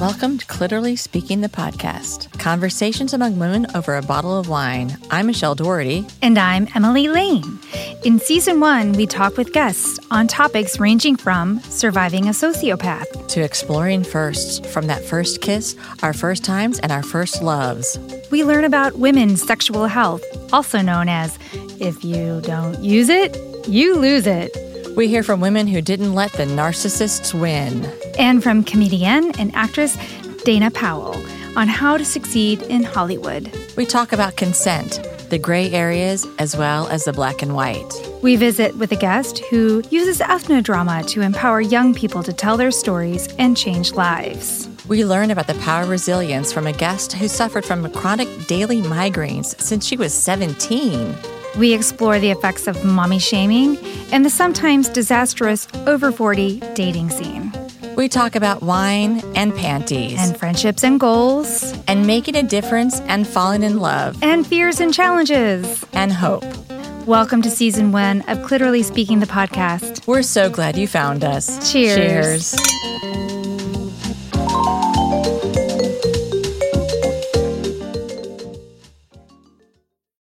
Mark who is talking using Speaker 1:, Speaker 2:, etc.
Speaker 1: Welcome to Clitterly Speaking the Podcast Conversations Among Women Over a Bottle of Wine. I'm Michelle Doherty.
Speaker 2: And I'm Emily Lane. In season one, we talk with guests on topics ranging from surviving a sociopath
Speaker 1: To exploring firsts from that first kiss, our first times, and our first loves.
Speaker 2: We learn about women's sexual health, also known as if you don't use it, you lose it.
Speaker 1: We hear from women who didn't let the narcissists win.
Speaker 2: And from comedian and actress Dana Powell on how to succeed in Hollywood.
Speaker 1: We talk about consent, the gray areas, as well as the black and white.
Speaker 2: We visit with a guest who uses ethnodrama to empower young people to tell their stories and change lives.
Speaker 1: We learn about the power of resilience from a guest who suffered from chronic daily migraines since she was 17.
Speaker 2: We explore the effects of mommy shaming and the sometimes disastrous over 40 dating scene,
Speaker 1: We talk about wine and panties
Speaker 2: and friendships and goals,
Speaker 1: and making a difference and falling in love
Speaker 2: and fears and challenges.
Speaker 1: and hope.
Speaker 2: Welcome to season one of Clitterly Speaking the Podcast.
Speaker 1: We're so glad you found us.
Speaker 2: Cheers.
Speaker 1: Cheers.